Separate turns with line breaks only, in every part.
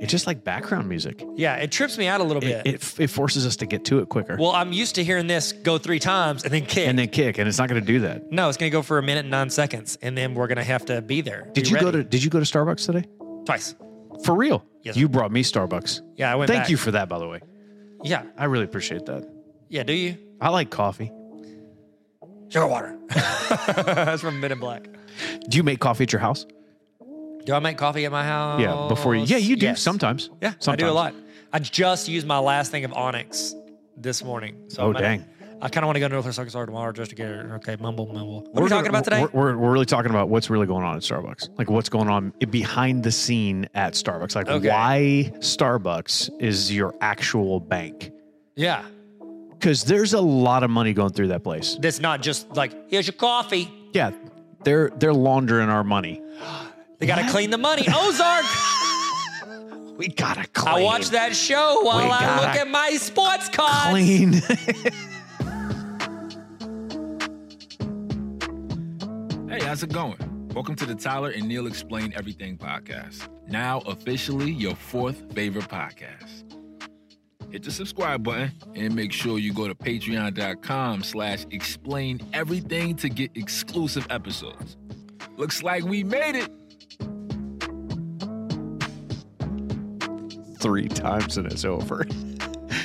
It's just like background music.
Yeah, it trips me out a little bit.
It, it, it forces us to get to it quicker
well, I'm used to hearing this go three times and then kick.
and then kick, and it's not going to do that.
no, it's going to go for a minute and nine seconds, and then we're going to have to be there.
Did
be
you go
ready.
to Did you go to Starbucks today?
twice?
For real?
Yes,
you brought me Starbucks.
Yeah, I went.
Thank
back.
you for that, by the way.
Yeah,
I really appreciate that.
yeah. Do you
I like coffee.
sugar water? That's from Men in Black.
Do you make coffee at your house?
Do I make coffee at my house?
Yeah, before you. Yeah, you do
Yes.
sometimes.
Yeah, I
sometimes.
do a lot. I just used my last thing of Onyx this morning. So
Oh,
I'm gonna-
dang.
I kind of want to go to Northwest Arkansas tomorrow just to get it. Okay, mumble, mumble. What are
We're
we talking
gonna-
about today?
We're, we're, we're really talking about what's really going on at Starbucks. Like what's going on behind the scene at Starbucks. Like
Okay.
why Starbucks is your actual bank.
yeah.
Because there's a lot of money going through that place.
That's not just like, here's your coffee.
Yeah, they're they're laundering our money.
They got to clean the money. Ozark.
We gotta clean.
I watch that show while I
gotta
look at my sports cards.
Clean.
Hey, how's it going? Welcome to the Tyler and Neil Explain Everything podcast. Now, officially your fourth favorite podcast. Hit the subscribe button and make sure you go to patreon.com slash explain everything to get exclusive episodes. Looks like we made it.
Three times and it's over.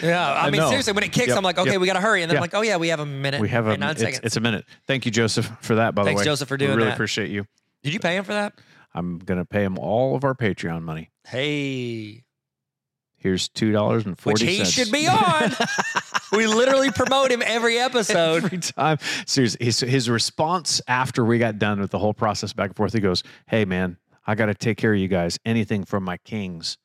Yeah, I,
I
mean,
know.
seriously, when it kicks,
Yep,
I'm like, okay,
yep.
we got to hurry. And then
Yeah.
I'm like, oh, yeah, we have a minute.
We have a
and nine
it's,
seconds.
it's a minute. Thank you, Joseph, for that. By
Thanks,
the way,
Joseph, for
we
doing
really
that.
appreciate you.
Did you pay him for that?
I'm gonna pay him all of our Patreon money.
Hey.
Here's two dollars and
Which
forty
he
cents.
should be on. we literally promote him every episode.
every time. Seriously, his, his response after we got done with the whole process back and forth, he goes, "Hey, man, I got to take care of you guys. Anything from my kings."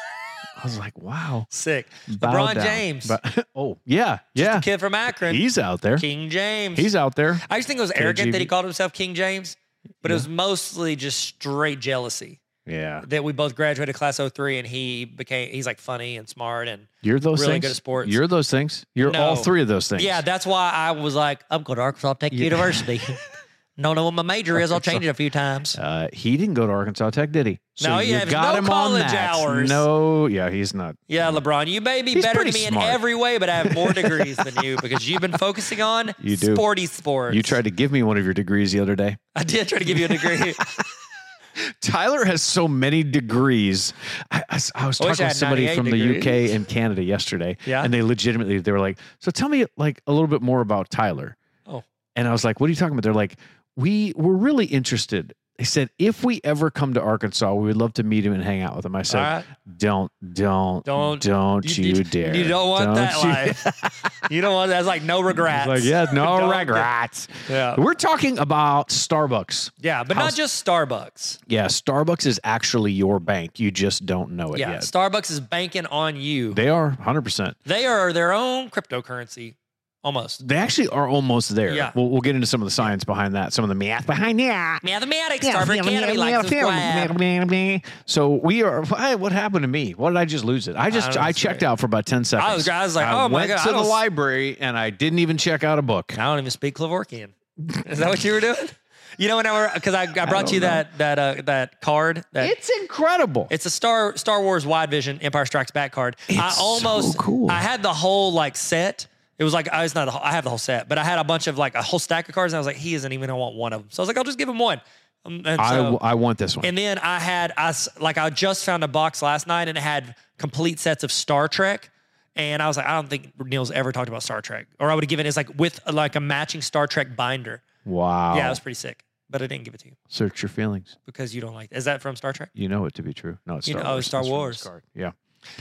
I was like, "Wow."
Sick.
Bow
LeBron
down.
James.
But- oh yeah, yeah.
Kid from Akron.
He's out there.
King James.
He's out there.
I just think it was arrogant
KGB.
that he called himself King James, but it was mostly just straight jealousy
Yeah,
that we both graduated class 03 and he became, he's like funny and smart. And
you're those
Really
things.
good at sports.
You're those things. You're all
No.
three of those things.
yeah, that's why I was like, I'm going to Arkansas Tech
Yeah.
University. Don't know what my major is. I'll change it a few times.
Uh, he didn't go to Arkansas Tech, did he?
No, he
you
has
got
no
him on
college
that.
hours.
No, yeah, he's not.
Yeah, LeBron, you may be
He's
better than
pretty
me
smart.
in every way, but I have more degrees than you because you've been focusing on
You do.
sporty sports.
You tried to give me one of your degrees the other day.
I did try to give you a degree.
Tyler has so many degrees. I, I s- I was
I wish
talking with
I had
somebody
98
from
degrees.
the UK and Canada yesterday,
Yeah.
and they legitimately they were like, "So tell me like a little bit more about Tyler."
Oh.
and I was like, "What are you talking about?" They're like, "We were really interested." They said, "If we ever come to Arkansas, we would love to meet him and hang out with him." I said,
All right.
"Don't, don't,
Don't-
don't, don't you, dare!
You don't want that
you-"
life. you don't want that's like no
I
regrets.
was like, yeah, no
Don't- Uh,
regrets.
Yeah.
We're talking about Starbucks.
Yeah, but not
How's-
just Starbucks.
Yeah, Starbucks is actually your bank. You just don't know it
Yeah,
yet.
Starbucks is banking on you. They,
They are 100%.
are their own cryptocurrency, almost.
They actually are almost there.
Yeah.
We'll, we'll get into some of the science behind that, some of the math behind that.
Mathematics, Starbucks Academy likes to squab.
So we are. Hey, what happened to me? What did I just lose it? I
I
just
don't
I, checked
know.
out for about ten seconds.
I was- I was like, oh my
went
God, I
to the
don't-
library and I didn't even check out a book.
I don't even speak Kevorkian. Is that what you were doing? You know, when I because I, I brought
don't
you
know.
that that uh, that card that
It's incredible.
It's a Star Star Wars Wide Vision Empire Strikes Back card. I
It's so
almost
cool.
I had the whole like set. It was like I was not. The whole, I have the whole set, but I had a bunch of like a whole stack of cards, and I was like, he isn't even gonna want one of them. So I was like, I'll just give him one. Um, and,
I,
so,
w- I want this one.
and then I had I s- like I just found a box last night, and it had complete sets of Star Trek. And I was like, I don't think Neil's ever talked about Star Trek, or I would have given it it's like with like a matching Star Trek binder.
wow.
Yeah, it was pretty sick, but I didn't give it to you
Search your feelings.
because you don't like. Is that from Star Trek?
You know it to be true. No, it's
You
Star
know- oh,
Wars.
Star
That's from this
Wars.
card. Yeah.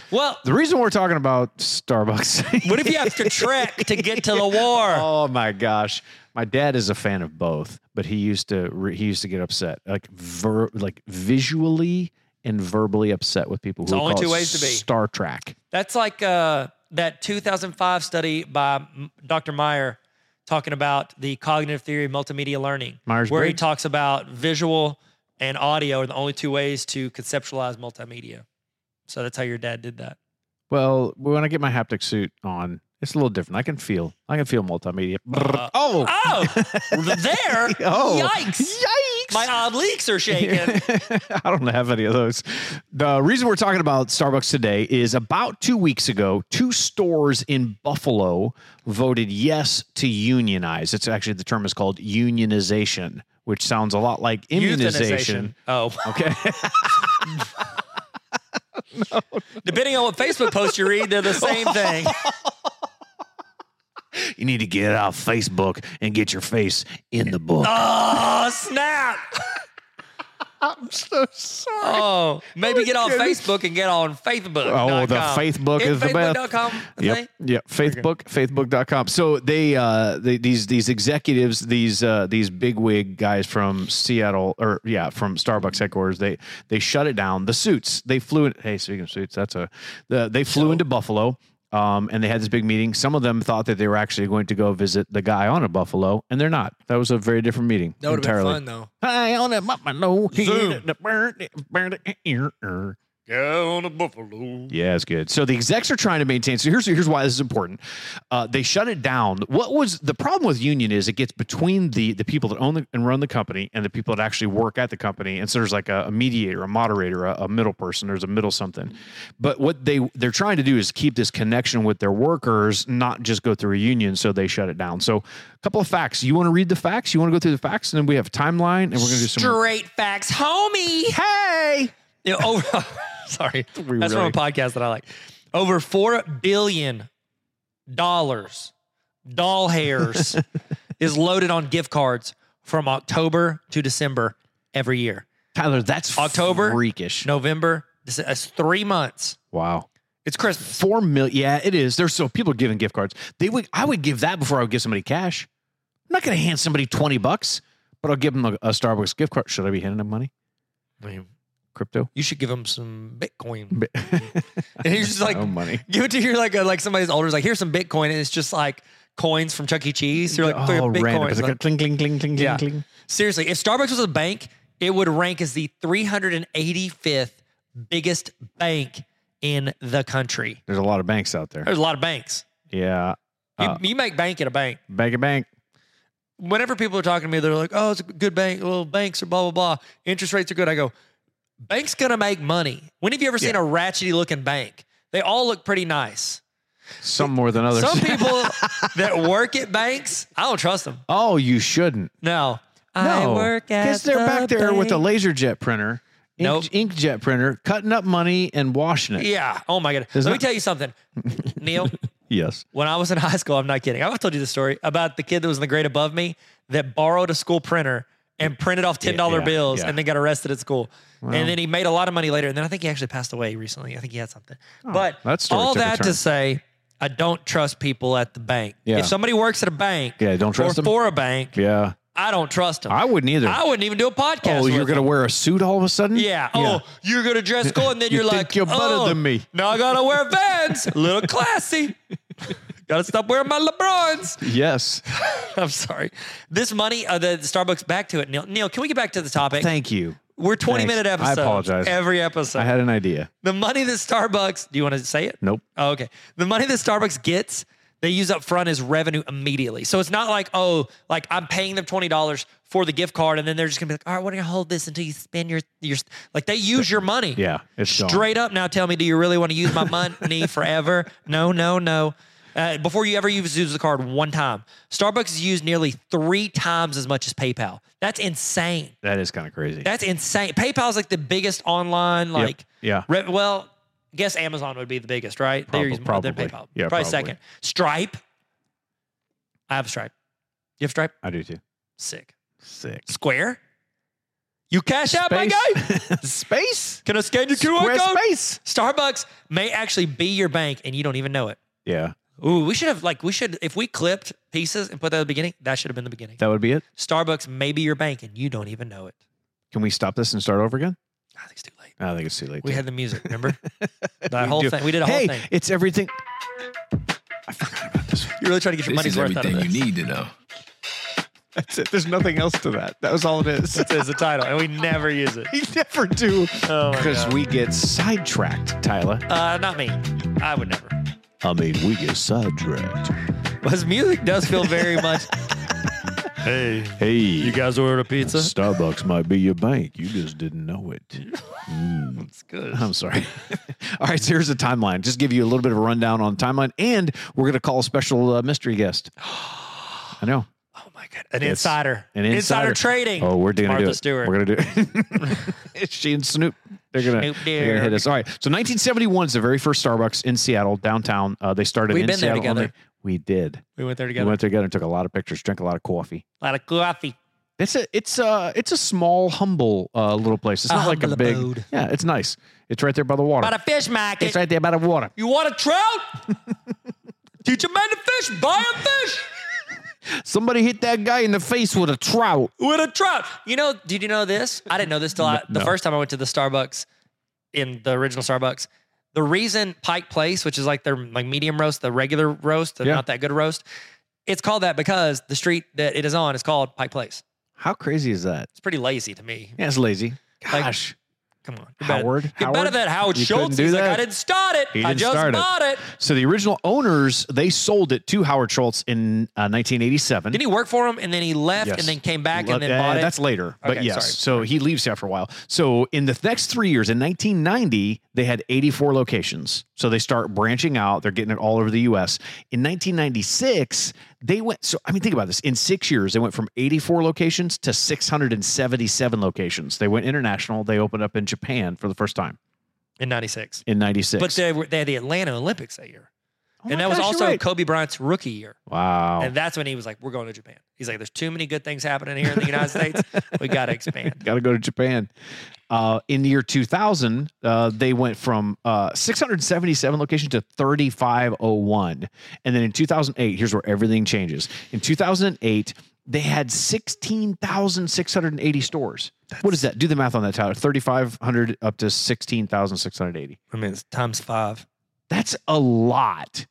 Well,
The reason we're talking about Starbucks.
What if you have to trek to get to the war?
Oh my gosh, my dad is a fan of both, but he used to re- he used to get upset, like ver- like visually and verbally upset with people. Who
the
would
only
call
two
it
ways to be.
Star Trek.
That's like uh, that 2005 study by M- Dr. Meyer talking about the cognitive theory of multimedia learning, where he
Myers-Briggs?
talks about visual and audio are the only two ways to conceptualize multimedia. So that's how your dad did that.
Well, when I get my haptic suit on, it's a little different. I can feel I can feel multimedia.
Uh,
oh,
Oh, there!
oh,
Yikes!
leaks.
My odd leaks are shaking.
I don't have any of those. The reason we're talking about Starbucks today is about two weeks ago, two stores in Buffalo voted yes to unionize. It's actually the term is called unionization, which sounds a lot like immunization.
Euthanization. Oh,
Okay.
depending on what Facebook post you read, they're the same thing.
you need to get off Facebook and get your face in the book.
Oh snap!
I'm so sorry.
Oh, maybe get on Facebook and get on Facebook.
Oh, the Facebook is the best. Yep. Yeah. Facebook, Facebook.com. So they, uh, they, these, these executives, these, uh, these bigwig guys from Seattle or yeah, from Starbucks headquarters, they, they shut it down. The suits, they flew in. Hey, speaking of suits, that's a, the, they flew into Buffalo. Um, and they had this big meeting. Some of them thought that they were actually going to go visit the guy on a buffalo, and they're not. That was a very different meeting.
That would have been
entirely.
fun though.
Hi, on a buffalo.
Zoom.
Zoom.
Yeah, on a buffalo.
Yeah, it's good. So the execs are trying to maintain. So here's here's why this is important. Uh, they shut it down. What was the problem with union is it gets between the the people that own the, and run the company and the people that actually work at the company. And so there's like a, a mediator, a moderator, a, a middle person. There's a middle something. But what they they're trying to do is keep this connection with their workers, not just go through a union. So they shut it down. So a couple of facts. You want to read the facts? You want to go through the facts, and then we have a timeline, and we're gonna do some.
Straight facts, homie.
Hey.
Yeah, over, sorry, that's from
really-
a podcast that I like. Over four billion dollars, doll hairs, is loaded on gift cards from October to December every year.
Tyler, that's
October?
freakish.
November, this is three months.
Wow.
It's Christmas.
Four million. Yeah, it is. There's so people are giving gift cards. They would. I would give that before I would give somebody cash. I'm not going to hand somebody twenty bucks, but I'll give them a, a Starbucks gift card. Should I be handing them money? Crypto.
You should give them some Bitcoin.
Bi-
And he's just like,
no money.
give it to your like a, like somebody's older. is like, here's some Bitcoin, and it's just like coins from Chuck E. Cheese. You're like, "Throw your
oh, random.
Bitcoin.
It's
It's
like a
Like,
cling, cling, cling, cling,
Yeah.
cling, cling.
seriously, if Starbucks was a bank, it would rank as the 385th biggest bank in the country.
There's a lot of banks out there.
There's a lot of banks.
Yeah,
You,
Uh.
you make bank at a bank.
bank a bank.
Whenever people are talking to me, they're like, "Oh, it's a good bank. Well, banks are blah blah blah. Interest rates are good." I go, "Bank's gonna make money." When have you ever seen
Yeah.
a ratchety looking bank? They all look pretty nice.
Some more than others.
Some people that work at banks, I don't trust them.
oh, you shouldn't.
No.
No,
I work at
because they're
the
back there with a
bank.
laser jet printer, ink,
Nope.
inkjet printer, cutting up money and washing it.
Yeah. Oh my god.
There's
Let me
not-
tell you something, Neil.
Yes.
When I was in high school, I'm not kidding. I've told you the story about the kid that was in the grade above me that borrowed a school printer and printed off ten dollar
yeah,
bills
yeah.
and then got arrested at school. and then he made a lot of money later. And then I think he actually passed away recently. I think he had something. but
Oh, that story
all
took a
that to
turn.
say, I don't trust people at the bank.
Yeah.
If somebody works at a bank,
Yeah, don't trust
or
'em.
for a bank,
Yeah.
I don't trust them.
I wouldn't either.
I wouldn't even do a podcast.
Oh, you're
with
gonna wear a suit all of a sudden?
Yeah. Oh, you're gonna dress cool, and then
You
you're
think
like,
you're better
oh,
than me."
Now I gotta wear Vans. A little classy. gotta stop wearing my Lebrons.
Yes.
I'm sorry. This money, uh, the Starbucks. Back to it, Neil. Neil, can we get back to the topic?
Thank you.
We're 20
thanks.
minute
I
episodes.
apologize.
Every episode,
I had an idea.
the money that Starbucks. Do you want to say it?
Nope.
Oh, okay. The money that Starbucks gets, they use up front as revenue immediately. So it's not like, oh, like I'm paying them twenty dollars for the gift card, and then they're just gonna be like, all right, we're gonna hold this until you spend your your like they use your money.
Yeah, it's gone.
straight up now. Tell me, do you really want to use my money forever? No, no, no. Uh, before you ever use, use the card one time, Starbucks is used nearly three times as much as PayPal. That's insane.
That is kind of crazy.
That's insane. PayPal is like the biggest online,
Yep.
like
yeah.
Re- well, I guess Amazon would be the biggest, right?
Prob-
using more than
probably.
PayPal.
Yeah,
probably,
probably.
second. Stripe. I have Stripe. You have Stripe?
I do too.
Sick.
Sick.
Square. You cash out, my guy.
space.
Can I scan your QR
Square
code?
space.
Starbucks may actually be your bank, and you don't even know it.
Yeah,
Ooh, we should have like we should if we clipped pieces and put that at the beginning. That should have been the beginning.
that would be it.
Starbucks may be your bank, and you don't even know it.
Can we stop this and start over again?
I think it's too late.
I think it's too late.
We
dude.
had the music, remember? that
We
whole
do.
thing. We did a
hey,
whole thing.
it's everything. I forgot about this. one.
You're really trying to get your
This
money's
is
worth out of
everything
this.
you need to know.
That's it. There's nothing else to that. That was all it is.
That's the title, and we never use it.
we never do
Oh my
because we get sidetracked, Tyler.
Uh, not me. I would never.
I mean, we get sidetracked.
But his music does feel very much. Hey,
Hey,
you guys ordered a pizza?
Starbucks might be your bank. You just didn't know it. Mm.
It's good.
I'm sorry. All right, so here's the timeline. Just give you a little bit of a rundown on the timeline, and we're going to call a special uh, mystery guest. I know.
Oh my god, an
It's
insider,
an insider.
trading.
Oh, we're gonna
Martha
do it.
Stewart.
We're gonna do it. It's she and Snoop. They're gonna,
Snoop
they're gonna hit
Dogg.
us. All right. So 1971 is the very first Starbucks in Seattle downtown. Uh, they started.
We've
in
been there
Seattle
together.
only- We did.
we went there
We
together.
went there together and took a lot of pictures, drank a lot of coffee.
a lot of coffee.
It's a it's a it's a small, humble uh, little place. It's
A
not like a
humble
big.
abode.
Yeah, it's nice. It's right there by the water.
About a fish market.
it's right there by the water.
You want a trout? Teach a man to fish. Buy a fish
Somebody hit that guy in the face with a trout.
with a trout. You know? Did you know this? I didn't know this till I, the
no.
first time I went to the Starbucks in the original Starbucks. The reason Pike Place, which is like their like medium roast, the regular roast, the
Yeah.
not that good roast, it's called that because the street that it is on is called Pike Place.
How crazy is that?
It's pretty lazy to me.
Yeah, it's lazy.
Like,
Gosh,
Come on, you're better-
Howard.
You're better
Howard?
than Howard
You
Schultz.
couldn't do
He's like,
that.
I didn't start it.
He
I
didn't
just
start it."
bought it.
So the original owners they sold it to Howard Schultz in uh, 1987.
Didn't he work for him and then he left
Yes.
and then came back and then
Uh,
bought it?
That's later, but
Okay,
yes.
sorry.
So he leaves here for a while. So in the next three years, in 1990, they had 84 locations. So they start branching out. They're getting it all over the U.S. In 1996, they went. So I mean, think about this. In six years, they went from 84 locations to 677 locations. They went international. They opened up in Japan for the first time
in '96.
in 96.
But they were they had the Atlanta Olympics that year,
Oh my
and that was
gosh, you're
also
right.
Kobe Bryant's rookie year.
wow.
And that's when he was like, "We're going to Japan." He's like, "There's too many good things happening here in the United States. We got to expand."
Got to go to Japan. Uh, in the year 2000, uh, they went from uh, 677 locations to 3501. And then in 2008, here's where everything changes. In 2008, they had 16,680 stores. what is that? Do the math on that, Tyler. 3,500 up to 16,680.
I mean, it's times five.
That's a lot.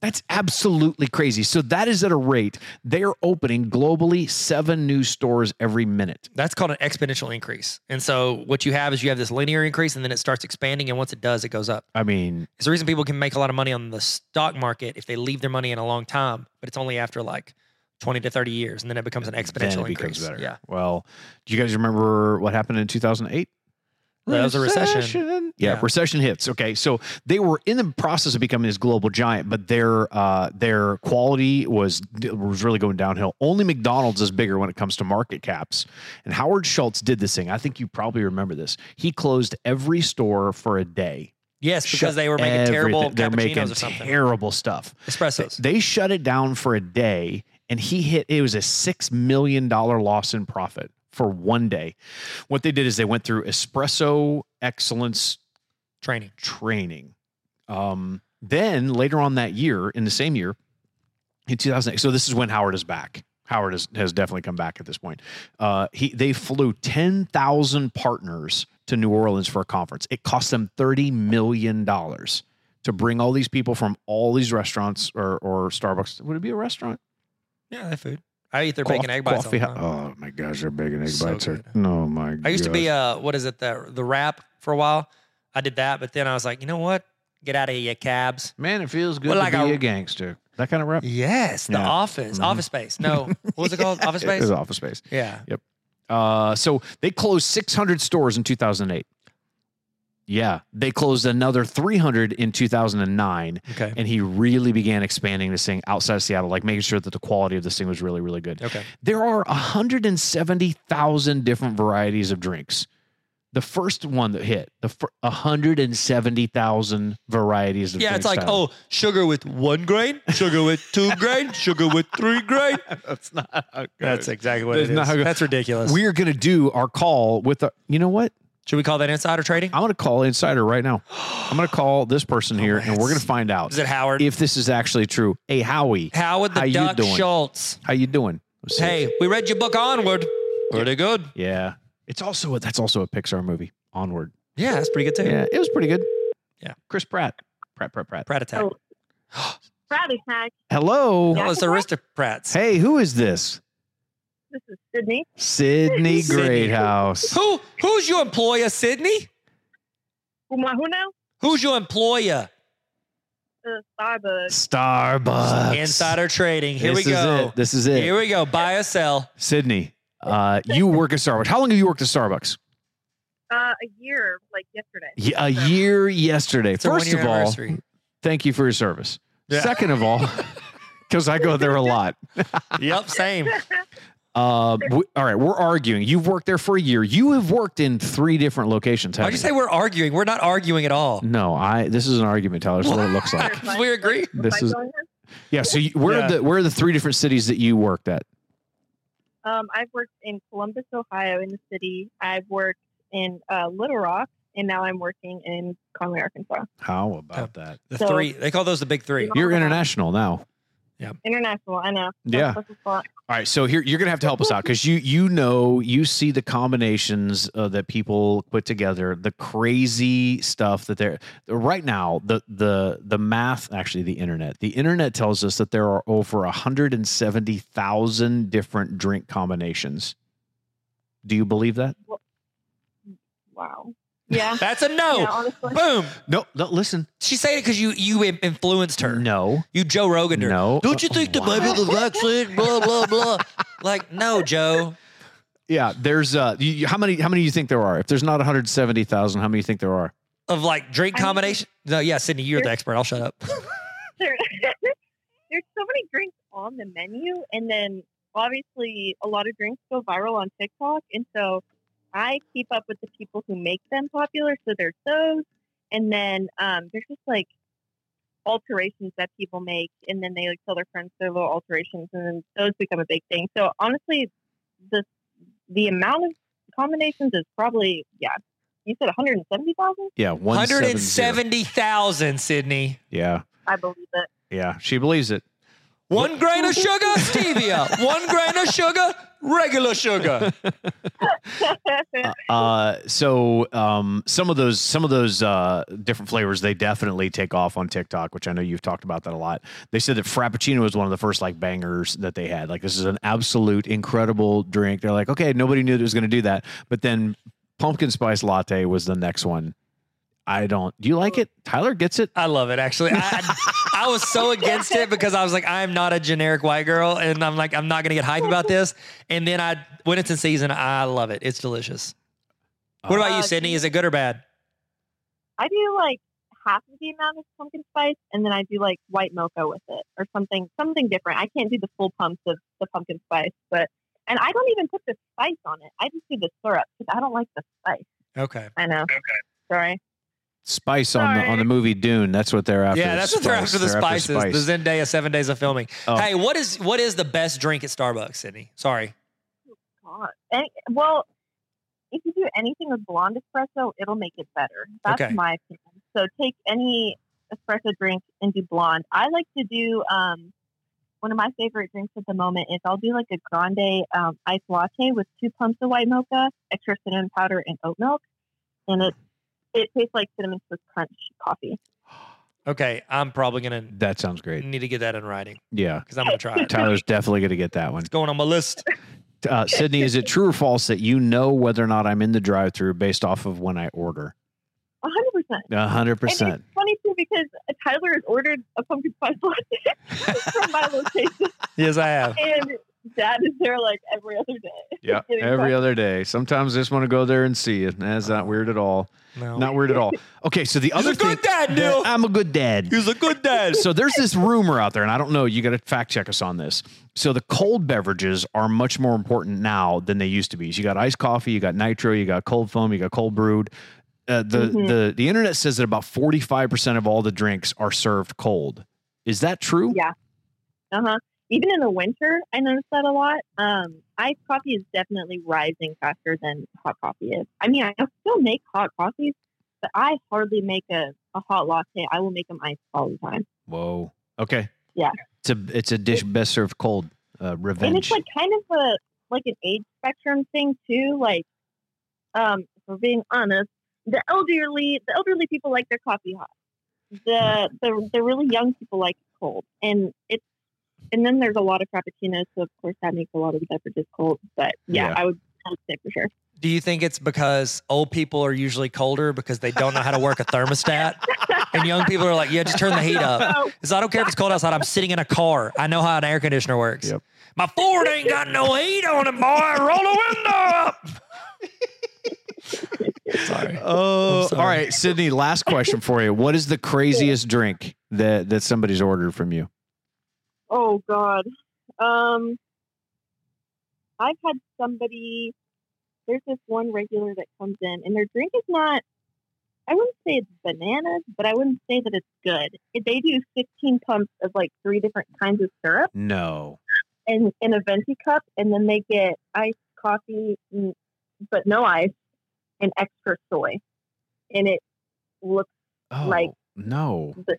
That's absolutely crazy. So that is at a rate they're opening globally seven new stores every minute.
That's called an exponential increase. And so what you have is you have this linear increase, and then it starts expanding. And once it does, it goes up.
I mean,
It's the reason people can make a lot of money on the stock market if they leave their money in a long time, but it's only after like 20 to 30 years, and then it becomes an exponential
then it becomes
increase.
better.
Yeah.
Well, do you guys remember what happened in 2008?
That was a recession.
Yeah,
Yeah.
recession hits. Okay, so they were in the process of becoming this global giant, but their uh, their quality was was really going downhill. Only McDonald's is bigger when it comes to market caps. And Howard Schultz did this thing. I think you probably remember this. He closed every store for a day
Yes, because
Shut
they were making terrible
everything. They're
cappuccinos
making
or something.
terrible stuff.
Espressos.
They shut it down for a day, and he hit. It was a six million dollar loss in profit for one day. What they did is they went through espresso excellence
Training.
training. Um, then later on that year, in the same year, in 2008, so this is when Howard is back. Howard is, has definitely come back at this point. Uh, he they flew 10,000 partners to New Orleans for a conference. It cost them 30 million dollars to bring all these people from all these restaurants or or Starbucks. Would it be a restaurant?
Yeah, that food. I eat their bacon egg bites. all
Coffee
the
hou-
time.
Oh my gosh, their bacon egg
So
bites are.
good.
No, my.
I used to be uh what is it the the wrap for a while. I did that, but then I was like, you know what? Get out of here, cabs.
man, it feels good
Well,
to
like
be
a-
a gangster. That kind of rep.
Yes, the
Yeah.
office,
Mhm.
office space. No, what was it called? Office
It
space.
was office space.
Yeah,
Uh, so they closed 600 stores in 2008. Yeah, they closed another 300 in 2009,
okay,
and he really began expanding this thing outside of Seattle, like making sure that the quality of this thing was really, really good.
okay.
There are 170,000 different varieties of drinks. The first one that hit the fir- 170,000 varieties of
Yeah, it's
drinks.
like
Tyler.
oh, sugar with one grain, sugar with two grain, sugar with three grain.
oh, that's not how it
That's
goes.
exactly what
That's
it
not
is.
how it goes.
That's ridiculous.
We're gonna do our call with the. You know what?
Should we call that insider trading?
I'm going to call Insider right now. I'm going to call this person here, and we're going to find out
Oh, Is it Howard?
Uh, if this is actually true. Hey, Howie,
Howard the
How you
Duck
doing?
Schultz.
how you doing? Let's see.
Hey, we read your book onward. Pretty good.
yeah, it's also a, that's also a Pixar movie, Onward.
Yeah, that's pretty good too.
Yeah, it was pretty good.
Yeah.
Chris Pratt, Pratt, Pratt, Pratt.
Pratt attack.
Oh. Proud attack.
Hello.
That was Oh, aristocrats.
Hey, who is this?
This is Sydney.
Sydney
Sydney.
Greathouse.
Who who's your employer, Sydney?
Who, am I- who now?
Who's your employer?
Uh, to Starbucks.
Starbucks.
Insider trading. Here
This
we
is
go.
it. This is it.
Here we go. Buy or sell.
Sydney, uh, you work at Starbucks. How long have you worked at Starbucks?
Uh, a year, like yesterday.
Y- A year yesterday.
It's a
First
one-year
of all,
anniversary.
thank you for your service.
Yeah.
Second of all, because I go there a lot.
yep, same.
Uh, we- all right, we're arguing. You've worked there for a year. You have worked in three different locations.
Why'd
haven't
you say we're arguing? We're not arguing at all.
No, I. This is an argument, Tyler. This is what it looks like.
Ah, We agree.
This
Like,
is-
going in.
Yeah. So you, where
Yeah.
are the where are the three different cities that you worked at?
Um, I've worked in Columbus, Ohio, in the city. I've worked in uh, Little Rock, and now I'm working in Conway, Arkansas.
How about that?
The
So-
three. They call those the big three.
You're international now.
International, I know.
Yeah.
That's a lot.
All right, so here you're gonna have to help us out because you you know you see the combinations uh, that people put together, the crazy stuff that they're right now. The the the math, actually, the internet. The internet tells us that there are over 170,000 different drink combinations. Do you believe that?
Wow. Yeah.
That's a no.
Yeah, honestly.
Boom.
No, no. Listen,
She said it because you you im- influenced her.
no,
You Joe Rogan her.
no.
Don't you think the
Wow.
Bible is vaccine? Blah blah blah. like no, Joe.
Yeah, there's uh, you, you- how many how many do you think there are? If there's not 170,000, how many do you think there are?
Of like drink
I mean-
combination. No, yeah, Sydney, you're the expert. I'll shut up.
there, there's so many drinks on the menu, and then obviously a lot of drinks go viral on TikTok, and so I keep up with the people who make them popular. So there's those, and then um, there's just like alterations that people make, and then they like tell their friends their little alterations, and then those become a big thing. So honestly, the the amount of combinations is probably yeah. You said 170,000?
Yeah, 170.
170,000, Sydney.
Yeah,
I believe it.
yeah. She believes it.
One grain of sugar, stevia. One grain of sugar, regular sugar.
Uh, so um, some of those some of those uh, different flavors they definitely take off on TikTok, which I know you've talked about that a lot. They said that Frappuccino was one of the first like bangers that they had. Like this is an absolute incredible drink. They're like, okay, nobody knew that it was going to do that, but then pumpkin spice latte was the next one. I don't. Do you like it? Tyler gets it.
I love it, actually. I, I was so against it because I was like, I'm not a generic white girl. And I'm like, I'm not going to get hype about this. And then I, when it's in season, I love it. It's delicious. What about you,
Uh,
Sydney? Is it good or bad?
I do like half of the amount of pumpkin spice, and then I do like white mocha with it or something something different. I can't do the full pumps of the pumpkin spice, but and I don't even put the spice on it. I just do the syrup because I don't like the spice.
Okay.
I know. Okay. Sorry.
Spice on the
Sorry.
on the movie Dune. That's what they're after.
yeah, that's what they're after the spices. The Zendaya seven days of filming.
Oh.
Hey, what is what is the best drink at Starbucks, Sydney? Sorry.
God. And, well, if you do anything with blonde espresso, it'll make it better. That's
Okay.
my opinion. So take any espresso drink and do blonde. I like to do um, one of my favorite drinks at the moment is I'll do like a grande um, iced latte with two pumps of white mocha, extra cinnamon powder, and oat milk, and it it tastes like cinnamon twist crunch coffee.
Okay, I'm probably gonna
that sounds great.
need to get that in writing
Yeah.
because I'm gonna try it.
Tyler's definitely going to get that one.
It's going on my list.
Uh, Sydney, is it true or false that you know whether or not I'm in the drive through based off of when I order?
One hundred percent.
A hundred
And
percent.
it's funny too because Tyler has ordered a pumpkin spice latte from my location.
Yes, I have.
and dad is there like every other day. Getting
Every other day. Sometimes I just want to go there and see it. That's not weird at all.
No.
Not weird at all. Okay, so the
He's
other
a good
thing.
dad, Neil.
I'm a good dad.
He's a good dad.
So there's this rumor out there, and I don't know. You got to fact check us on this. So the cold beverages are much more important now than they used to be. So you got iced coffee, you got nitro, you got cold foam, you got cold brewed. Uh, the
Mhm.
the the internet says that about 45 percent of all the drinks are served cold. Is that true?
Yeah. Uh huh. Even in the winter, I notice that a lot. Um, iced coffee is definitely rising faster than hot coffee is. I mean, I still make hot coffees, but I hardly make a, a hot latte. I will make them iced all the time.
Whoa. Okay.
Yeah.
It's a it's a dish best served cold. Uh, revenge.
And it's like kind of a like an age spectrum thing too. Like, um, if we're being honest, the elderly the elderly people like their coffee hot. The the the really young people like it cold, and it's and then there's a lot of frappuccinos. So of course that makes a lot of the beverages cold. But yeah,
Yeah.
I would homestay for sure.
Do you think it's because old people are usually colder because they don't know how to work a thermostat? and young people are like, yeah, just turn the heat up.
So,
Because I don't care if it's cold outside. I'm sitting in a car. I know how an air conditioner works.
Yep.
My Ford ain't got no heat on it, boy. Roll the window up. Sorry.
Oh,
I'm sorry.
all right, Sydney. Last question for you. What is the craziest drink that that somebody's ordered from you?
oh God, um, I've had somebody. There's this one regular that comes in, and their drink is not. I wouldn't say it's bananas, but I wouldn't say that it's good. If They do 15 pumps of like three different kinds of syrup.
No.
in, in a venti cup, and then they get iced coffee, n- but no ice, and extra soy, and it looks
Oh,
Like-
no.
dis-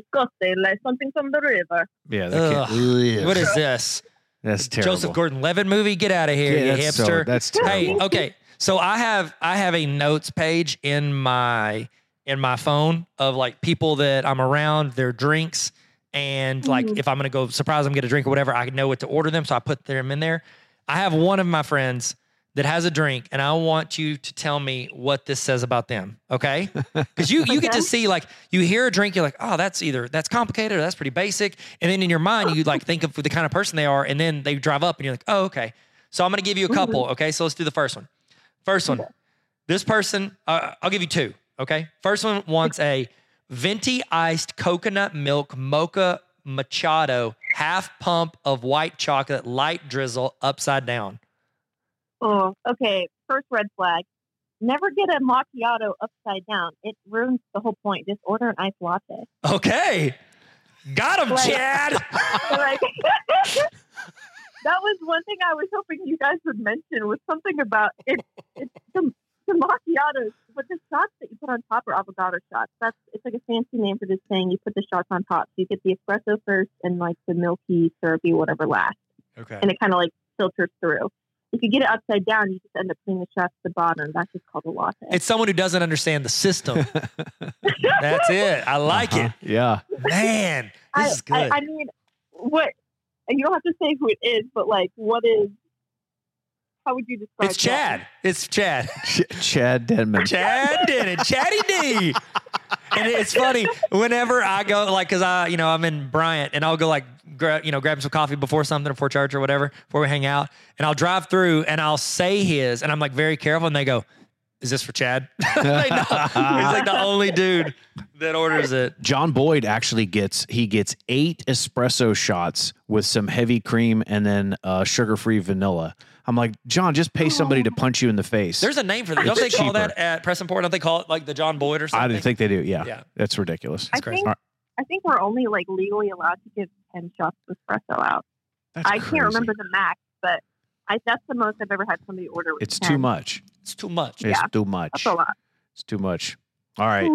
disgusting, like something from the river.
Yeah. That can't,
What is this?
that's terrible.
Joseph Gordon-Levitt movie? Get out of here,
Yeah,
you
that's
hipster.
So, that's terrible.
Hey, oh, okay. So I have I have a notes page in my in my phone of like people that I'm around, their drinks, and like
Mhm.
if I'm gonna go surprise them, get a drink or whatever, I know what to order them, so I put them in there. I have one of my friends that has a drink, and I want you to tell me what this says about them, okay? Because you you get to
Okay.
see like you hear a drink, you're like, oh, that's either that's complicated or that's pretty basic, and then in your mind you like think of the kind of person they are, and then they drive up and you're like, oh, okay. So I'm going to give you a couple. Okay. So let's do the first one. First one. This person, uh, I'll give you two. Okay. First one wants a venti iced coconut milk mocha machado half pump of white chocolate light drizzle upside down.
Oh, okay. First red flag: never get a macchiato upside down. It ruins the whole point. Just order an iced latte.
Okay. Got him,
Right.
Chad.
So, like, that was one thing I was hoping you guys would mention was something about it. It's the, the macchiatos, but the shots that you put on top are avocado shots. That's it's like a fancy name for this thing. You put the shots on top, you get the espresso first, and like the milky, syrupy, whatever last,
Okay.
and it kind of like filters through. If you get it upside down, you just end up putting the shots at the bottom. That's just called a latte.
It's someone who doesn't understand the system. That's it. I like
Uh-huh. Yeah.
it. Man, this
I,
is good.
I, I mean, what? You don't have to say who it is, but like, what is? How would you describe?
it's
that?
Chad. It's Chad.
Ch- Chad Denman.
Chad did it. Chatty D. And it's funny whenever I go like, cause I, you know, I'm in Bryant and I'll go like, grab, you know, grab some coffee before something, before church or whatever, before we hang out. And I'll drive through and I'll say his, and I'm like very careful. And they go, "Is this for Chad?" they know. He's like the only dude that orders it.
John Boyd actually gets he gets eight espresso shots with some heavy cream and then uh, sugar free vanilla. I'm like, John, just pay somebody to punch you in the face.
There's a name for that. Don't
It's
they call
cheaper.
that at press and port? Don't they call it like the John Boyd or something?
I didn't think they do. Yeah,
Yeah.
that's ridiculous.
I
That's crazy.
think
Alright.
I think we're only like legally allowed to give ten shots of espresso out.
That's
I
crazy.
can't remember the max, but I that's the most I've ever had somebody order. Was
It's
10.
too much.
It's too much.
It's
Yeah. Oh.
too much.
That's a lot.
It's too much. All right.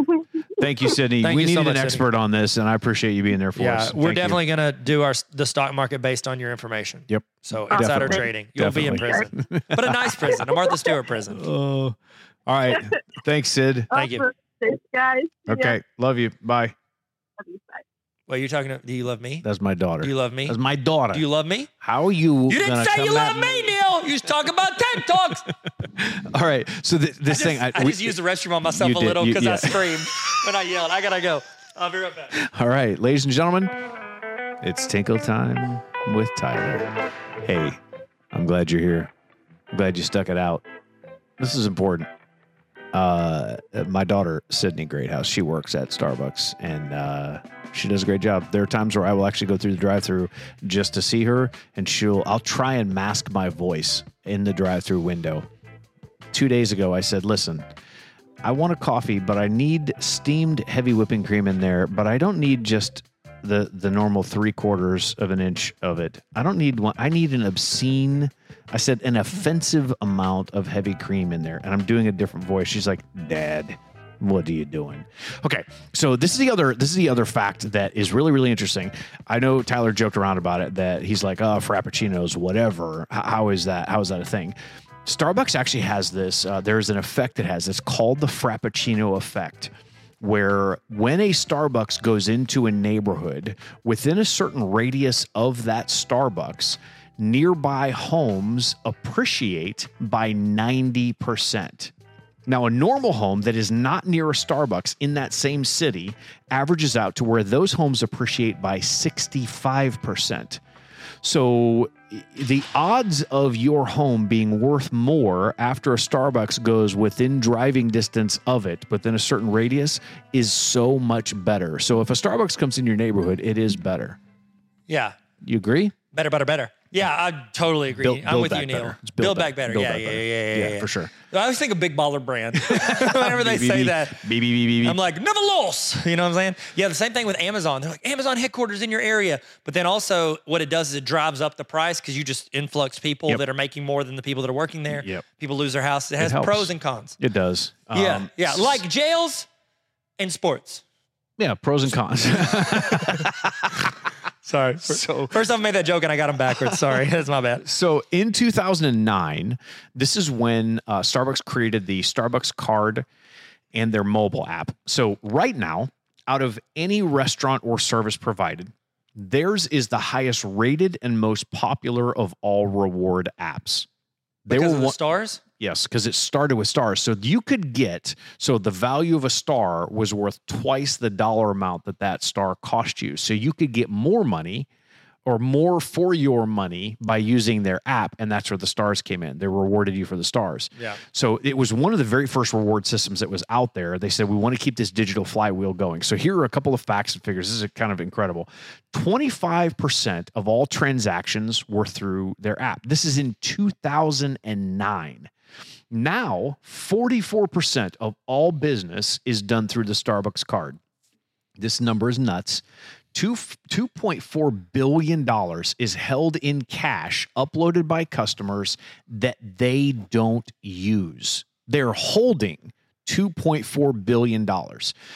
Thank you, Sydney.
Thank
we
you so
needed an
much, Sydney.
expert on this, and I appreciate you being there for
yeah,
us.
we're
Thank you.
definitely gonna do our the stock market based on your information.
Yep.
So
Awesome.
insider
Definitely.
trading, you'll be in
Definitely.
prison, but a nice prison, a Martha Stewart prison.
Oh, all right. Thanks, Sid.
Thank you.
Also, Thanks, guys. See ya.
Okay, love you. Bye.
Love you. Bye.
Well, you're talking. To, do you love me?
That's my daughter.
Do you love me?
That's my daughter.
Do you love me?
How are you?
You didn't
gonna
say
come
you love
at
me, Neil. You was talking about TED talks.
All right. So th- this
I
thing,
just, I
we-
just used the restroom on myself
you
a
did,
little
you-
because
yeah.
I screamed when I yelled. I gotta go. I'll be right back.
All right, ladies and gentlemen, it's Tinkle Time with Tyler. Hey, I'm glad you're here. I'm glad you stuck it out. This is important. Uh, my daughter, Sydney Greathouse, she works at Starbucks and uh, she does a great job. There are times where I will actually go through the drive through just to see her, and she'll, I'll try and mask my voice in the drive through window. Two days ago, I said, listen, I want a coffee, but I need steamed heavy whipping cream in there, but I don't need just the the normal three quarters of an inch of it. I don't need one. I need an obscene, I said an offensive amount of heavy cream in there. And I'm doing a different voice. She's like, Dad, what are you doing? Okay. So this is the other this is the other fact that is really, really interesting. I know Tyler joked around about it that he's like, oh, frappuccinos, whatever. H- How is that? How is that a thing? Starbucks actually has this. Uh, there is an effect it has. It's called the Frappuccino effect, where when a Starbucks goes into a neighborhood within a certain radius of that Starbucks, nearby homes appreciate by 90%. Now, a normal home that is not near a Starbucks in that same city averages out to where those homes appreciate by 65%. So the odds of your home being worth more after a Starbucks goes within driving distance of it, within a certain radius, is so much better. So if a Starbucks comes in your neighborhood, it is better.
Yeah.
You agree?
Better, better, better. Yeah, I totally agree.
Build-
I'm
build
with
back
you, Neil.
better. It's
build,
build back-
back better.
build
yeah,
back
yeah,
better.
yeah, yeah,
Yeah,
yeah,
for sure.
I always think of big baller brand whenever they say that. um, I'm like, never loss. You know what I'm saying? Yeah, the same thing with Amazon. They're like, Amazon headquarters in your area. But then also, what it does is it drives up the price because you just influx people
Yep.
that are making more than the people that are working there.
Yep.
People lose their house. It has
helps.
pros and cons.
It does.
yeah,
Um,
yeah. Like jails and sports.
yeah, pros and cons.
Sorry. First off, I made that joke and I got him backwards. Sorry. That's my bad.
So in 2009, this is when uh, Starbucks created the Starbucks card and their mobile app. So right now, out of any restaurant or service provided, theirs is the highest rated and most popular of all reward apps. They
Because
were
of the
one-
stars?
yes, because it started with stars. So you could get so the value of a star was worth twice the dollar amount that that star cost you. So you could get more money or more for your money by using their app, and that's where the stars came in. They rewarded you for the stars.
Yeah.
So it was one of the very first reward systems that was out there. They said, we want to keep this digital flywheel going. So here are a couple of facts and figures. This is kind of incredible. 25% of all transactions were through their app. This is in 2009. Now, 44% of all business is done through the Starbucks card. This number is nuts. Two, $2.4 billion is held in cash uploaded by customers that they don't use. They're holding $2.4 billion.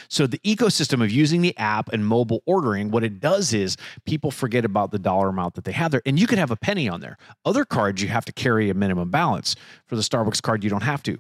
So, the ecosystem of using the app and mobile ordering, what it does is people forget about the dollar amount that they have there. And you could have a penny on there. Other cards, you have to carry a minimum balance. For the Starbucks card, you don't have to.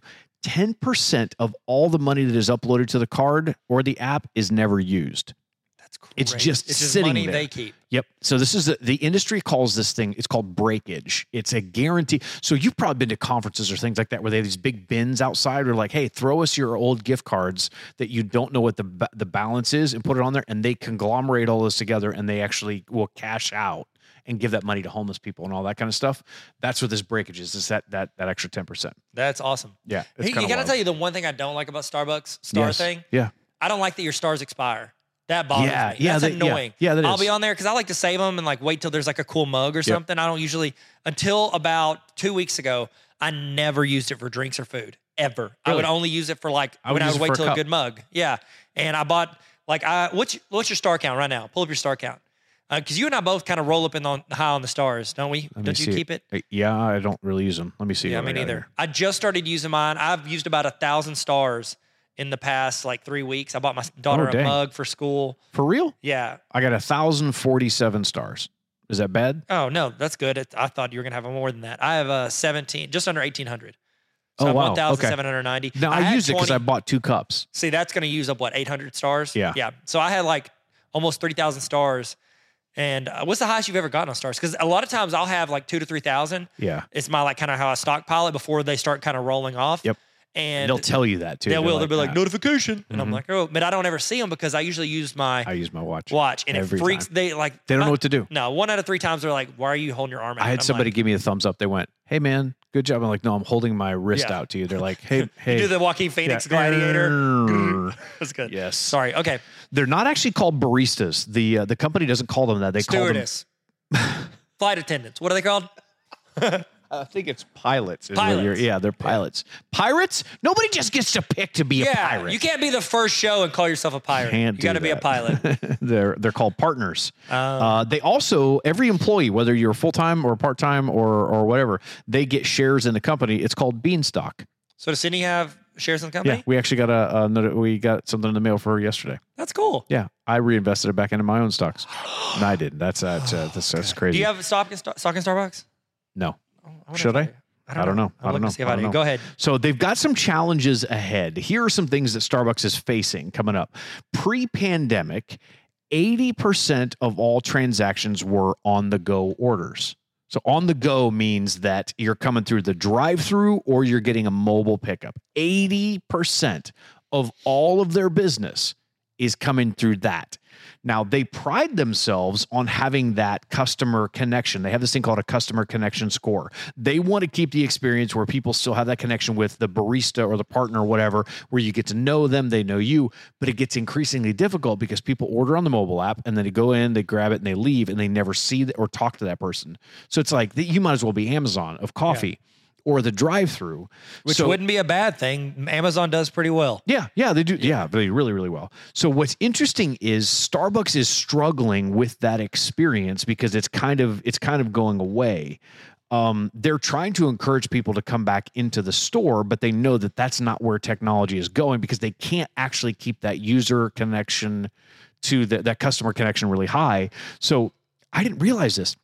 10% of all the money that is uploaded to the card or the app is never used.
That's crazy.
It's just sitting
money
there.
they keep.
Yep. So this is the, the industry calls this thing. It's called breakage. It's a guarantee. So you've probably been to conferences or things like that where they have these big bins outside. Where like, hey, throw us your old gift cards that you don't know what the ba- the balance is, and put it on there, and they conglomerate all this together, and they actually will cash out and give that money to homeless people and all that kind of stuff. That's what this breakage is. Is that that that extra ten percent?
That's awesome.
Yeah.
Hey, you gotta tell you the one thing I don't like about Starbucks star thing.
Yeah.
I don't like that your stars expire. That bothers
Yeah,
me.
yeah,
That's
that- yeah,
annoying.
yeah, that
I'll
is.
be on there because I like to save them and like wait till there's like a cool mug or something. I don't usually until about two weeks ago. I never used it for drinks or food ever. I would
Really?
only use it for like
I would
when I
use it
would
for
wait
a
till a
cup.
good mug. Yeah, and I bought like I what's your- what's your star count right now? Pull up your star count because you and I both kind of roll up in on high on the stars, don't we?
Let me
Don't you
see it.
keep it?
Uh, Yeah, I don't really use them. Let me see.
Yeah,
what
me
I got
neither.
here.
I just started using mine. I've used about a thousand stars in the past like three weeks. I bought my daughter
Oh,
a
dang.
mug for school.
For real?
Yeah.
I got a thousand forty-seven stars. Is that bad?
Oh no, that's good. It, I thought you were gonna have more than that. I have uh, seventeen, just under eighteen hundred. So
Oh,
I'm
wow.
one thousand seven hundred ninety.
No, I, used it because I bought two cups.
see that's gonna use up what eight hundred stars.
Yeah.
Yeah. So I had like almost three thousand stars. And uh, what's the highest you've ever gotten on stars? Because a lot of times I'll have like two to three thousand.
Yeah.
It's my like kind of how I stockpile it before they start kind of rolling off.
Yep.
And
they'll tell you that too.
They
They're
will. They'll be like
"Ah,
notification, and I'm
Mhm.
like, oh, but I don't ever see them because I usually use my
I use my watch.
watch, and it
every
freaks. They like
They don't
my-
know what to do.
No, one out of three times they're like, why are you holding your arm? out?
I
And
had
uh, I'm
somebody
like-
give me a thumbs up. They went, "Hey man, good job." I'm like, "No, I'm holding my wrist
Yeah.
out to you." They're like, "Hey, hey."
you do the Joaquin Phoenix
Yeah.
gladiator.
Grrr.
That's good.
yes.
Sorry. Okay.
They're not actually called baristas. The uh, the company doesn't call them that. They call them.
Stewardess, flight attendants. What are they called?
I think it's pilots. is what
Pilots.
you're- yeah, they're pilots. Pirates. Nobody just gets to pick to be a
yeah.
pirate.
You can't be the first show and call yourself a pirate.
Can't
you got to
do
be a
that.
pilot. Um,
they're they're called partners. uh, they also every employee, whether you're full time or part time or or whatever, they get shares in the company. It's called beanstalk.
So does Sydney have shares in the company?
Yeah, we actually got a, a noti- we got something in the mail for her yesterday.
That's cool.
Yeah, I reinvested it back into my own stocks. no, I didn't. That's that's uh, that's, that's
Do
crazy.
you have stock in, Star- stock in Starbucks? Oh,
no.
I wonder if
Should I?
do.
I don't know. I don't
I'm looking
know.
to see if
I
I
don't
do.
know.
Go ahead.
So they've got some challenges ahead. Here are some things that Starbucks is facing coming up. Pre pandemic, 80% of all transactions were on the go orders. So on the go means that you're coming through the drive-through or you're getting a mobile pickup. 80% of all of their business is coming through that. Now, they pride themselves on having that customer connection. They have this thing called a customer connection score. They want to keep the experience where people still have that connection with the barista or the partner or whatever, where you get to know them, they know you, but it gets increasingly difficult because people order on the mobile app and then they go in, they grab it, and they leave, and they never see th- or talk to that person. So it's like you might as well be Amazon of coffee or the drive through.
which wouldn't be a bad thing. Amazon does pretty well.
Yeah, yeah, they do. Yeah. they really, really well. So what's interesting is Starbucks is struggling with that experience because it's kind of it's kind of going away. Um, they're trying to encourage people to come back into the store, but they know that that's not where technology is going because they can't actually keep that user connection to the, that customer connection really high. So I didn't realize this.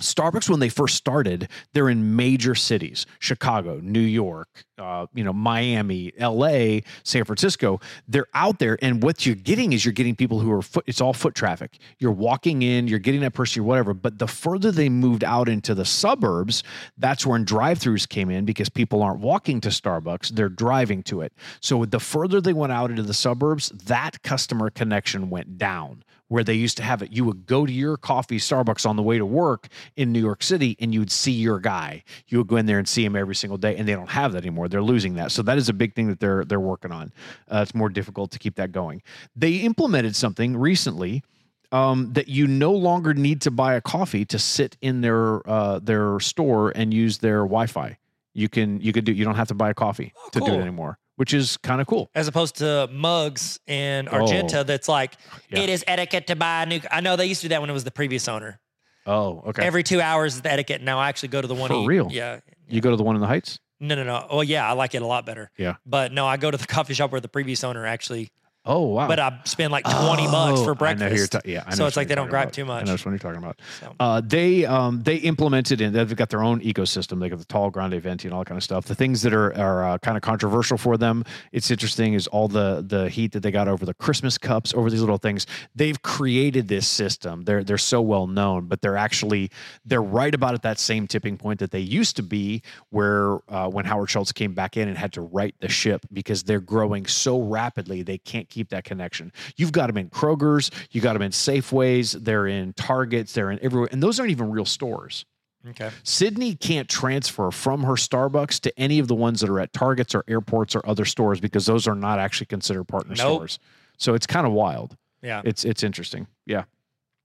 Starbucks, when they first started, they're in major cities: Chicago, New York, uh, you know, Miami, L.A., San Francisco. They're out there, and what you're getting is you're getting people who are foot. It's all foot traffic. You're walking in, you're getting that person, or whatever. But the further they moved out into the suburbs, that's when drive-throughs came in because people aren't walking to Starbucks; they're driving to it. So the further they went out into the suburbs, that customer connection went down where they used to have it. You would go to your coffee Starbucks on the way to work in New York City and you would see your guy. You would go in there and see him every single day, and they don't have that anymore. They're losing that. So that is a big thing that they're they're working on. Uh, it's more difficult to keep that going. They implemented something recently um, that you no longer need to buy a coffee to sit in their uh, their store and use their Wi-Fi. You can you could do you don't have to buy a coffee
Oh,
to do
cool.
it anymore, which is kind of cool.
As opposed to mugs in Argenta,
Oh.
that's like
Yeah.
it is etiquette to buy a new. I know they used to do that when it was the previous owner.
Oh, okay.
Every two hours is the etiquette. Now I actually go to the one.
For
he-
real?
Yeah.
you go to the one in the Heights.
No, no, no. Oh, yeah, I like it a lot better.
Yeah.
But no, I go to the coffee shop where the previous owner actually.
Oh wow!
But I spend like twenty bucks
Oh,
for
I know who you're
breakfast.
ta- yeah, I know which
So it's
one
like
you're
they don't
talking
gribe
about.
too much.
I know which one you're talking about.
So-
Uh, they um, they implemented and they've got their own ecosystem. They got the tall grande venti and all that kind of stuff. The things that are are uh, kind of controversial for them. It's interesting is all the the heat that they got over the Christmas cups, over these little things. They've created this system. They're they're so well known, but they're actually they're right about at that same tipping point that they used to be, where uh, when Howard Schultz came back in and had to right the ship because they're growing so rapidly they can't keep that connection. You've got them in Kroger's, you got them in Safeways, they're in Targets, they're in everywhere, and those aren't even real stores.
okay.
Sydney can't transfer from her Starbucks to any of the ones that are at Targets or airports or other stores because those are not actually considered partner
Nope.
stores. So it's kind of wild.
Yeah.
It's it's interesting. Yeah.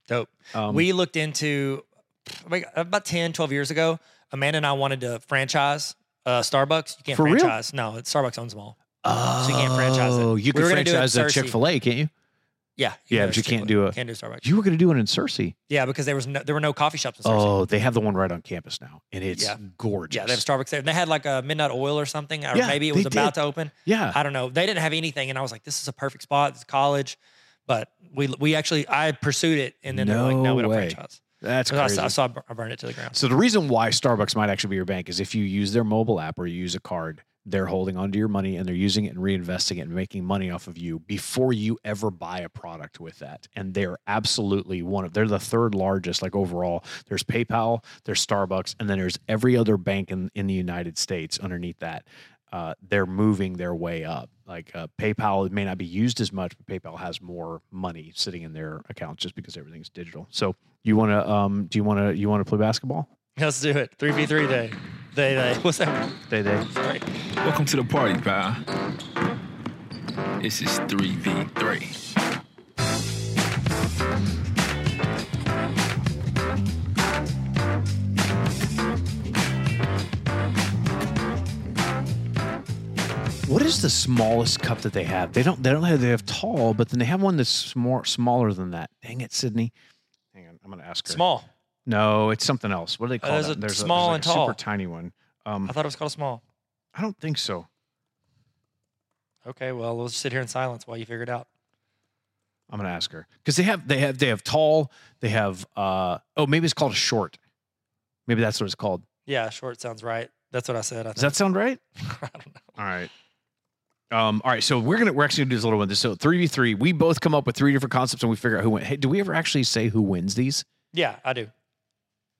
Dope.
Um,
we looked into like, about 10, 12 years ago. Amanda and I wanted to franchise uh, Starbucks. You can't
For real?
franchise. No, it's Starbucks owns them all.
oh,
so you can't franchise it.
You
We
can
were gonna do it at
franchise a
Cersei.
Chick Fil A, can't you?
Yeah.
Yeah, but you
can go to
can't
Chick-fil-A.
do a-
Can't do Starbucks.
You were going to do one in Cersei.
yeah, because there was no, there were no coffee shops in Cersei.
Oh, they have the one right on campus now, and it's
Yeah.
gorgeous.
Yeah, they have Starbucks there. And they had like a Midnight Oil or something, or
Yeah,
maybe it
they
was about
did.
to open.
yeah.
I don't know. They didn't have anything, and I was like, "This is a perfect spot. It's college." But we we actually I pursued it, and then they're like, "No,
No
we don't
way.
franchise."
That's
So I,
crazy.
saw, I saw I bur- I burned it to the ground.
So the reason why Starbucks might actually be your bank is if you use their mobile app or you use a card, they're holding onto your money and they're using it and reinvesting it and making money off of you before you ever buy a product with that. And they're absolutely one of they're the third largest like overall. There's PayPal, there's Starbucks, and then there's every other bank in, in the United States underneath that. Uh, they're moving their way up. Like uh, PayPal, it may not be used as much, but PayPal has more money sitting in their accounts just because everything's digital. So you want to? Um, do you want to? You want to play basketball?
Let's do it. Three v three day. Day day. What's that?
They they.
Sorry.
Welcome to the party, pal. This is 3v3.
What is the smallest cup that they have? They don't. They don't have. They have tall, but then they have one that's more smaller than that. Dang it, Sydney. Hang on, I'm gonna ask her.
Small. Uh,
No, it's something else. What do they call
there's
that?
a small and tall.
super tiny one. Um,
I thought it was called small.
I don't think so.
Okay, well, we'll just sit here in silence while you figure it out.
I'm gonna ask her because they have. They have. They have tall. They have. Uh, oh, maybe it's called a short. Maybe that's what it's called.
Yeah, short sounds right. That's what I said. I
Does that sound right?
think. I don't know.
All right. Um, all right, so we're gonna we're actually gonna do this little one. So three v three, we both come up with three different concepts and we figure out who wins. Hey, do we ever actually say who wins these?
Yeah, I do.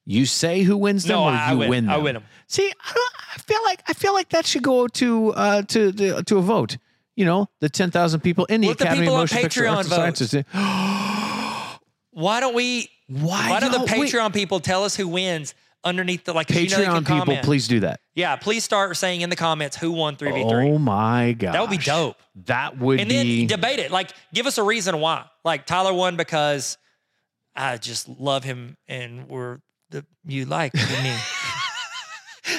You say who wins them,
No,
or
I, I
you
win.
win them.
I win them.
See, I, don't, I feel like I feel like that should go to uh, to, to to a vote. You know, the ten thousand people in the
Let the
Academy
people
of
on
Motion Picture
Patreon
Arts and
vote.
Sciences.
Why don't we?
Why,
Why don't the
don't we-
Patreon people tell us who wins underneath the like? 'cause you know they can
Patreon people,
comment.
please do that.
Yeah, please start saying in the comments who won three v three.
Oh my god,
That would be dope.
That would
and then
be.
debate it. Like, give us a reason why. Like, Tyler won because I just love him, and we're the you like me.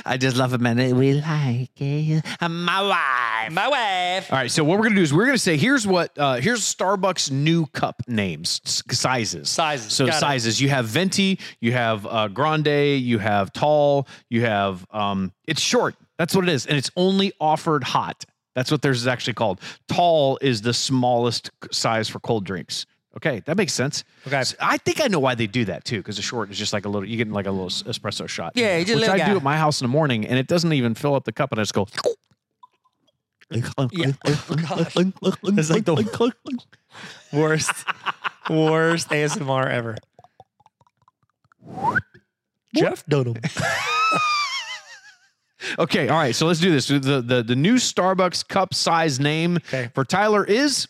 I just love it, man. We like it. I'm my wife.
My wife.
All right, so what we're gonna do is we're gonna say here's what uh, here's Starbucks new cup names s- sizes.
Sizes.
So
Got it.
sizes. You have venti, you have uh, grande, you have tall, you have um. It's short. That's what it is, and it's only offered hot. That's what theirs is actually called. Tall is the smallest c- size for cold drinks. Okay, that makes sense.
Okay.
S- I think I know why they do that too, because the short is just like a little. You get like a little s- espresso shot.
Yeah, you do a
which
little
I do
guy.
at my house in the morning, and it doesn't even fill up the cup, and I just go. uh,
Yeah. Oh, Gosh. It's like the
uh.
worst, worst ASMR ever. Jeff Dunham.
Okay, all right. So let's do this. The the, the new Starbucks cup size name
Okay.
for Tyler is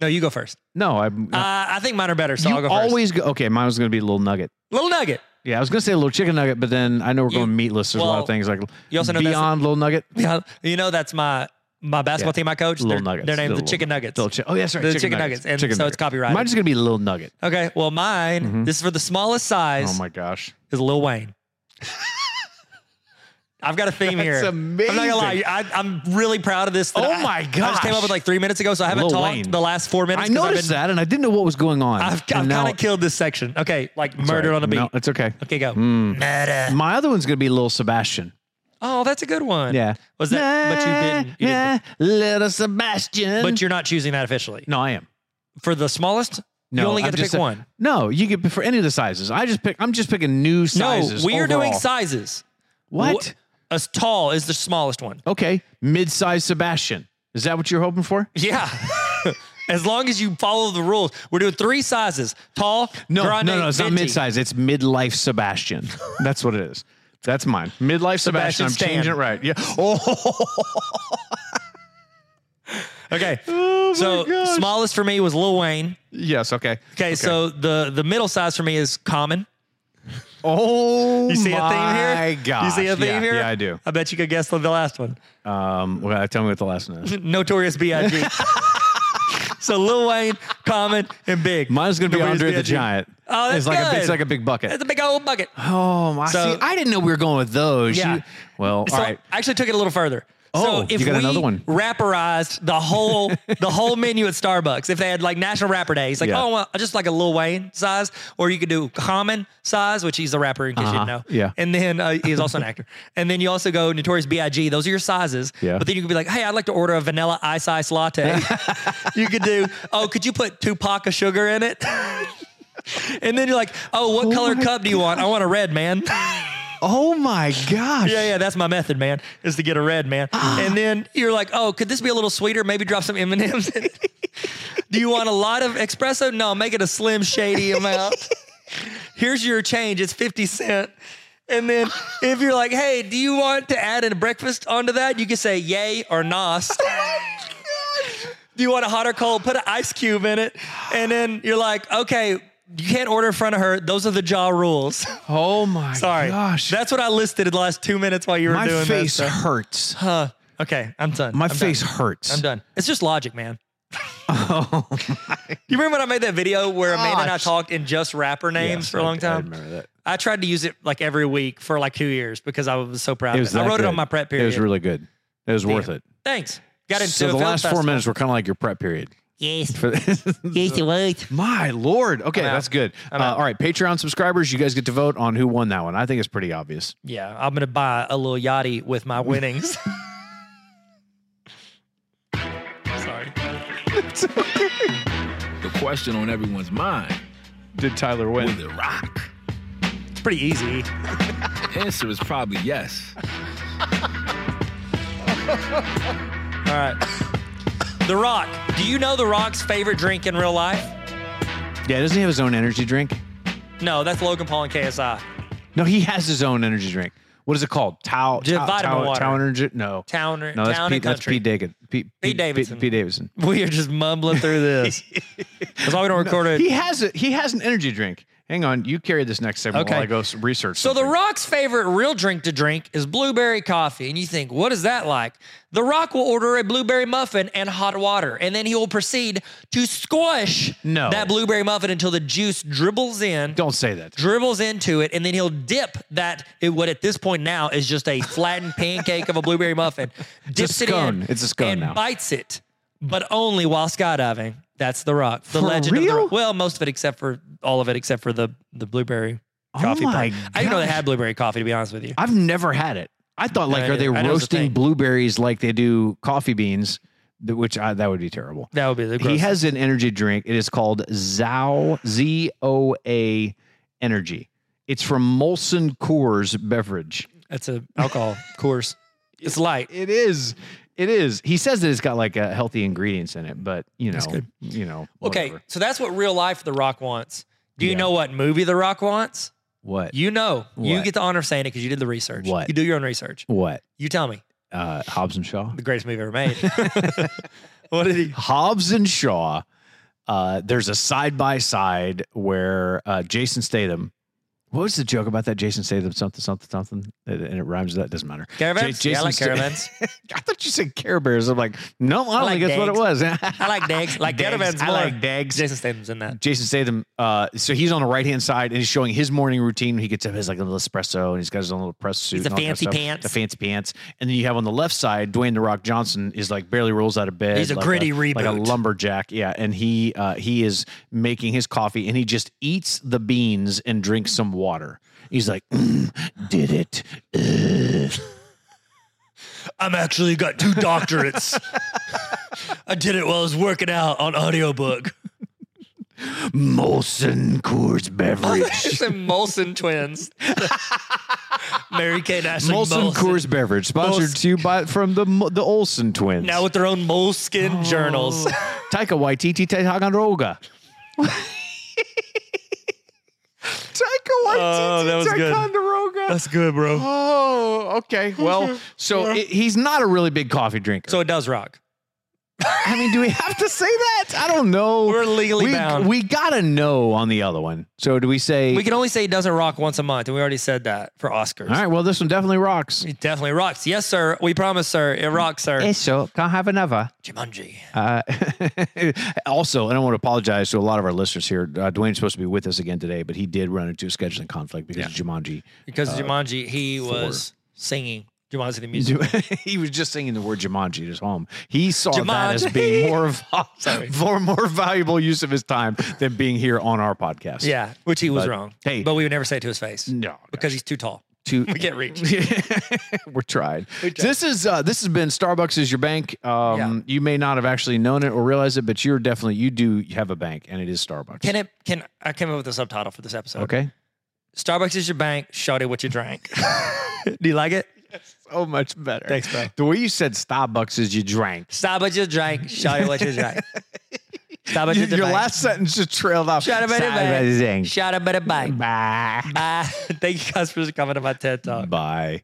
No, you go first.
no. I'm
Uh, I think mine are better, so
you
I'll go first.
always go. Okay, mine was going to be a little nugget.
Little Nugget.
Yeah, I was going to say a little chicken nugget, but then I know we're
You-
going meatless. There's a lot
well,
of things like
You also know
beyond little nugget.
that's yeah, you know that's my my basketball
Yeah.
team I coach.
Little
They're,
Nuggets.
they're named
Little-
the Chicken Nuggets.
Little chi- oh yeah, sorry,
the chicken, nuggets. And
Chicken
so
nugget.
it's copyrighted.
Mine's going to be little nugget.
okay, well mine,
Mhm.
this is for the smallest
Oh
size
my gosh,
is Lil Wayne. I've got a theme here.
That's amazing.
I'm not gonna lie. I, I'm really proud of this. that
Oh
I-
my
I just came up
gosh.
with like three minutes ago, so I haven't
Lil
talked
Wayne.
the last four minutes.
I
'cause
noticed
I've been,
that, and I didn't know what was going on.
I've, I've kind of killed this section. Okay, like murder on the beat.
No, it's okay.
Okay, go.
Mm.
Murder.
My other one's going to be little Sebastian.
Oh, that's a good one.
Yeah.
Was that? but you didn't. You
yeah,
didn't
little Sebastian.
but you're not choosing that officially.
no, I am.
For the smallest,
No,
you only get
I'm
to
just
pick
a-
one.
No, you get for any of the sizes. I just pick. I'm just picking new sizes.
no, we are doing
overall.
sizes.
what?
As tall is the smallest one.
Okay, mid-size Sebastian. Is that what you're hoping for?
Yeah. as long as you follow the rules, we're doing three sizes: tall,
No,
grande,
no, no. It's
venti.
not mid-size. It's midlife Sebastian. That's what it is. That's mine. Midlife Sebastian.
Sebastian
I'm
Stan.
changing it right. Yeah. Oh,
Okay.
oh my
so
gosh.
smallest for me was Lil Wayne.
Yes. Okay.
Okay, so the the middle size for me is Common.
Oh,
You see a theme here?
My God.
You see a theme
yeah,
here?
Yeah, I do.
I bet you could guess the the last one.
Um, well, tell me what the last one is.
Notorious B.I.G. so Lil Wayne, Common, and Big.
Mine's gonna be
Notorious
Andre the
B.I.G..
Giant.
Oh, that's
it's like A,
good.
it's like a big bucket.
That's a big old bucket.
Oh, I
So-
see. I didn't know we were going with those.
Yeah.
You- well,
So
all right.
I actually took it a little further.
Oh,
so if
you got
we
another one.
rapperized the whole the whole menu at Starbucks, if they had like National Rapper Day, he's like,
Yeah.
oh, well, I just like a Lil Wayne size, or you could do Common size, which he's a rapper in case you
Uh-huh.
didn't know.
Yeah.
and then uh, he's also an actor. And then you also go Notorious B.I.G. Those are your sizes.
Yeah.
But then you could be like, hey, I'd like to order a vanilla ice ice latte. you could do, oh, could you put two pack of sugar in it? and then you're like, oh, what color
my
cup do you want? I want a red, man.
Oh my gosh.
Yeah, yeah, that's my method, man. Is to get a red, man. and then you're like, oh, could this be a little sweeter? Maybe drop some M and M's. in it. Do you want a lot of espresso? No, make it a slim, shady amount. Here's your change. It's fifty cent. And then if you're like, hey, do you want to add a breakfast onto that? You can say yay or nos. do you want a hot or cold? Put an ice cube in it. And then you're like, okay. You can't order in front of her. Those are the jaw rules.
Oh my
Sorry.
gosh.
That's what I listed in the last two minutes while you were
my
doing
face
this. so-
hurts.
Huh. Okay, I'm done.
My
I'm done.
face hurts.
I'm done. It's just logic, man.
Oh,
You remember when I made that video where Amanda and I
Gosh.
talked in just rapper names
Yes,
for a long
I- I
time?
remember that.
I, tried to use it like every week for like two years because I was so proud
It
of
was
it. I
that
wrote it on
good.
my prep
It
period.
was really good. It was worth
Damn.
it.
Thanks. Got into
so
a
the
film
last four
festival.
minutes were kind of like your prep period.
Yes.
For
Yes, it was.
my lord. Okay,
I'm out.
that's good. Uh,
I'm out.
all right, Patreon subscribers, you guys get to vote on who won that one. I think it's pretty obvious.
Yeah, I'm gonna buy a little yachty with my winnings. Sorry.
The question on everyone's mind
Did Tyler
will
win?
it rock?
It's pretty easy.
Answer is probably yes.
All right. The Rock. Do you know The Rock's favorite drink in real life?
Yeah, doesn't he have his own energy drink?
No, that's Logan Paul and KSI.
No, he has his own energy drink. What is it called? Tau.
Just
Tau-
vitamin
Tau-
water.
Tau energy. No.
Town, or
No, that's
town
Pete.
and
That's
country.
Pete Davidson. Pete, Pete
Davidson.
Pete Davidson.
We are just mumbling through this. That's why we don't record it.
He has it. He has an energy drink. Hang on, you carry this next segment
Okay.
while I go s- research.
So The
something.
Rock's favorite real drink to drink is blueberry coffee. And you think, what is that like? The Rock will order a blueberry muffin and hot water, and then he will proceed to squish
No.
that blueberry muffin until the juice dribbles in.
don't say that.
Dribbles into it, and then he'll dip that. What at this point now is just a flattened pancake of a blueberry muffin. Dips
scone.
it in.
It's a scone
and
now.
bites it, but only while skydiving. That's the Rock, the
For
legend. Of the
real?
Rock. Well, most of it except for all of it except for the the blueberry
Oh
coffee.
my
part. I didn't know they
gosh.
had blueberry coffee. To be honest with you,
I've never had it. I thought like,
Yeah,
are they
I know it's a
roasting
thing.
blueberries like they do coffee beans? Th- Which I, that would be terrible.
that would be
He
the. grossest.
has an energy drink. It is called Zao Z O A Energy. It's from Molson Coors beverage.
That's a alcohol course. It's light.
It is. It is. He says that it's got like uh, healthy ingredients in it, but you know,
That's good.
you know.
Okay,
whatever.
so that's what real life The Rock wants. Do you
Yeah.
know what movie The Rock wants?
What?
You know, you
What?
get the honor of saying it because you did the research.
What?
You do your own research.
What?
You tell me.
Uh, Hobbs and Shaw.
The greatest movie ever made. what did he?
Hobbs and Shaw. Uh, there's a side by side where uh, Jason Statham. What was the joke about that? Jason Statham something something something, and and it rhymes. with That doesn't matter.
Caravans?
J-
yeah, I like
Jason-
caravans.
I thought you said Care Bears. I'm like, no, I don't
like
think that's what it
Dags.
was.
I like Dags. Like caravans
I
more.
like Dags.
Jason Statham's in that.
Jason Statham. Uh, so he's on the right hand side and he's showing his morning routine. He gets up his like little espresso and he's got his own little press suit.
He's
and
a
all that kind of
fancy
stuff.
pants.
The fancy pants. And then you have on the left side, Dwayne the Rock Johnson is like barely rolls out of bed.
He's a
like
gritty
like a
reboot.
lumberjack. Yeah, and he uh, he is making his coffee and he just eats the beans and drinks some water. He's like, "Mm, did it. uh, Ugh."
I'm actually got two doctorates. I did it while I was working out on audiobook.
Molson Coors beverage.
it's a Molson twins. Mary Kay and Ashley
Molson
Molson.
Coors beverage, sponsored
Molson.
to you by from the Mo- the Olsen twins.
Now with their own moleskin
Oh,
journals.
Taika Waititi Ticonderoga. Taika
Oh, that was good.
Ticonderoga.
good, bro.
oh, okay. Well, so it, he's not a really big coffee drinker.
So it does rock.
I mean, do we have to say that? I don't know.
We're legally
we,
bound. We,
we gotta know on the other one. So do we say?
can only say it doesn't rock once a month, and we already said that for Oscars.
all right. Well, this one definitely rocks.
It definitely rocks. Yes, sir. We promise, sir. It rocks, sir.
so can't have another.
Jumanji.
Uh, also, and I want to apologize to a lot of our listeners here. Uh, Dwayne's supposed to be with us again today, but he did run into a scheduling conflict because of Jumanji.
Because
Uh,
Jumanji, he was singing Jumanji the music.
he was just singing the word Jumanji at his home. He saw that as
Jumanji.
being more, val-
Sorry.
more, more valuable use of his time than being here on our podcast.
Yeah, which he was
But,
wrong.
hey.
but we would never say it to his face
No,
because he's too tall.
to
We can't reach.
we're tried.
We tried.
This is uh, this has been Starbucks is your bank. Um,
Yeah.
You may not have actually known it or realized it, but you're definitely you do have a bank, and it is Starbucks.
Can it? Can I came up with a subtitle for this episode?
okay.
Starbucks is your bank. Shawty, what you drank? Do you like it?
so much better.
Thanks, bro.
The way you said Starbucks is you drank.
Starbucks you drank. Shawty, what you drank? Starbucks
You-
is your
your
bank.
last sentence just trailed off.
Shawty, what you
Starbucks
drank?
is
Shawty, what you
drank.
drank?
Bye.
Bye. Thank you guys for coming to my TED talk.
Bye.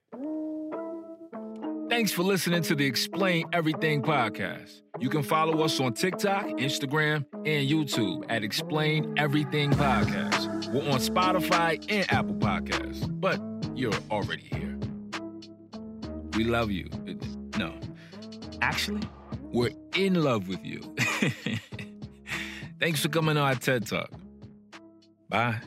Thanks for listening to the Explain Everything podcast. You can follow us on TikTok, Instagram, and YouTube at Explain Everything Podcast. We're on Spotify and Apple Podcasts, but you're already here. We love you. No, actually, we're in love with you. Thanks for coming to our TED Talk. Bye.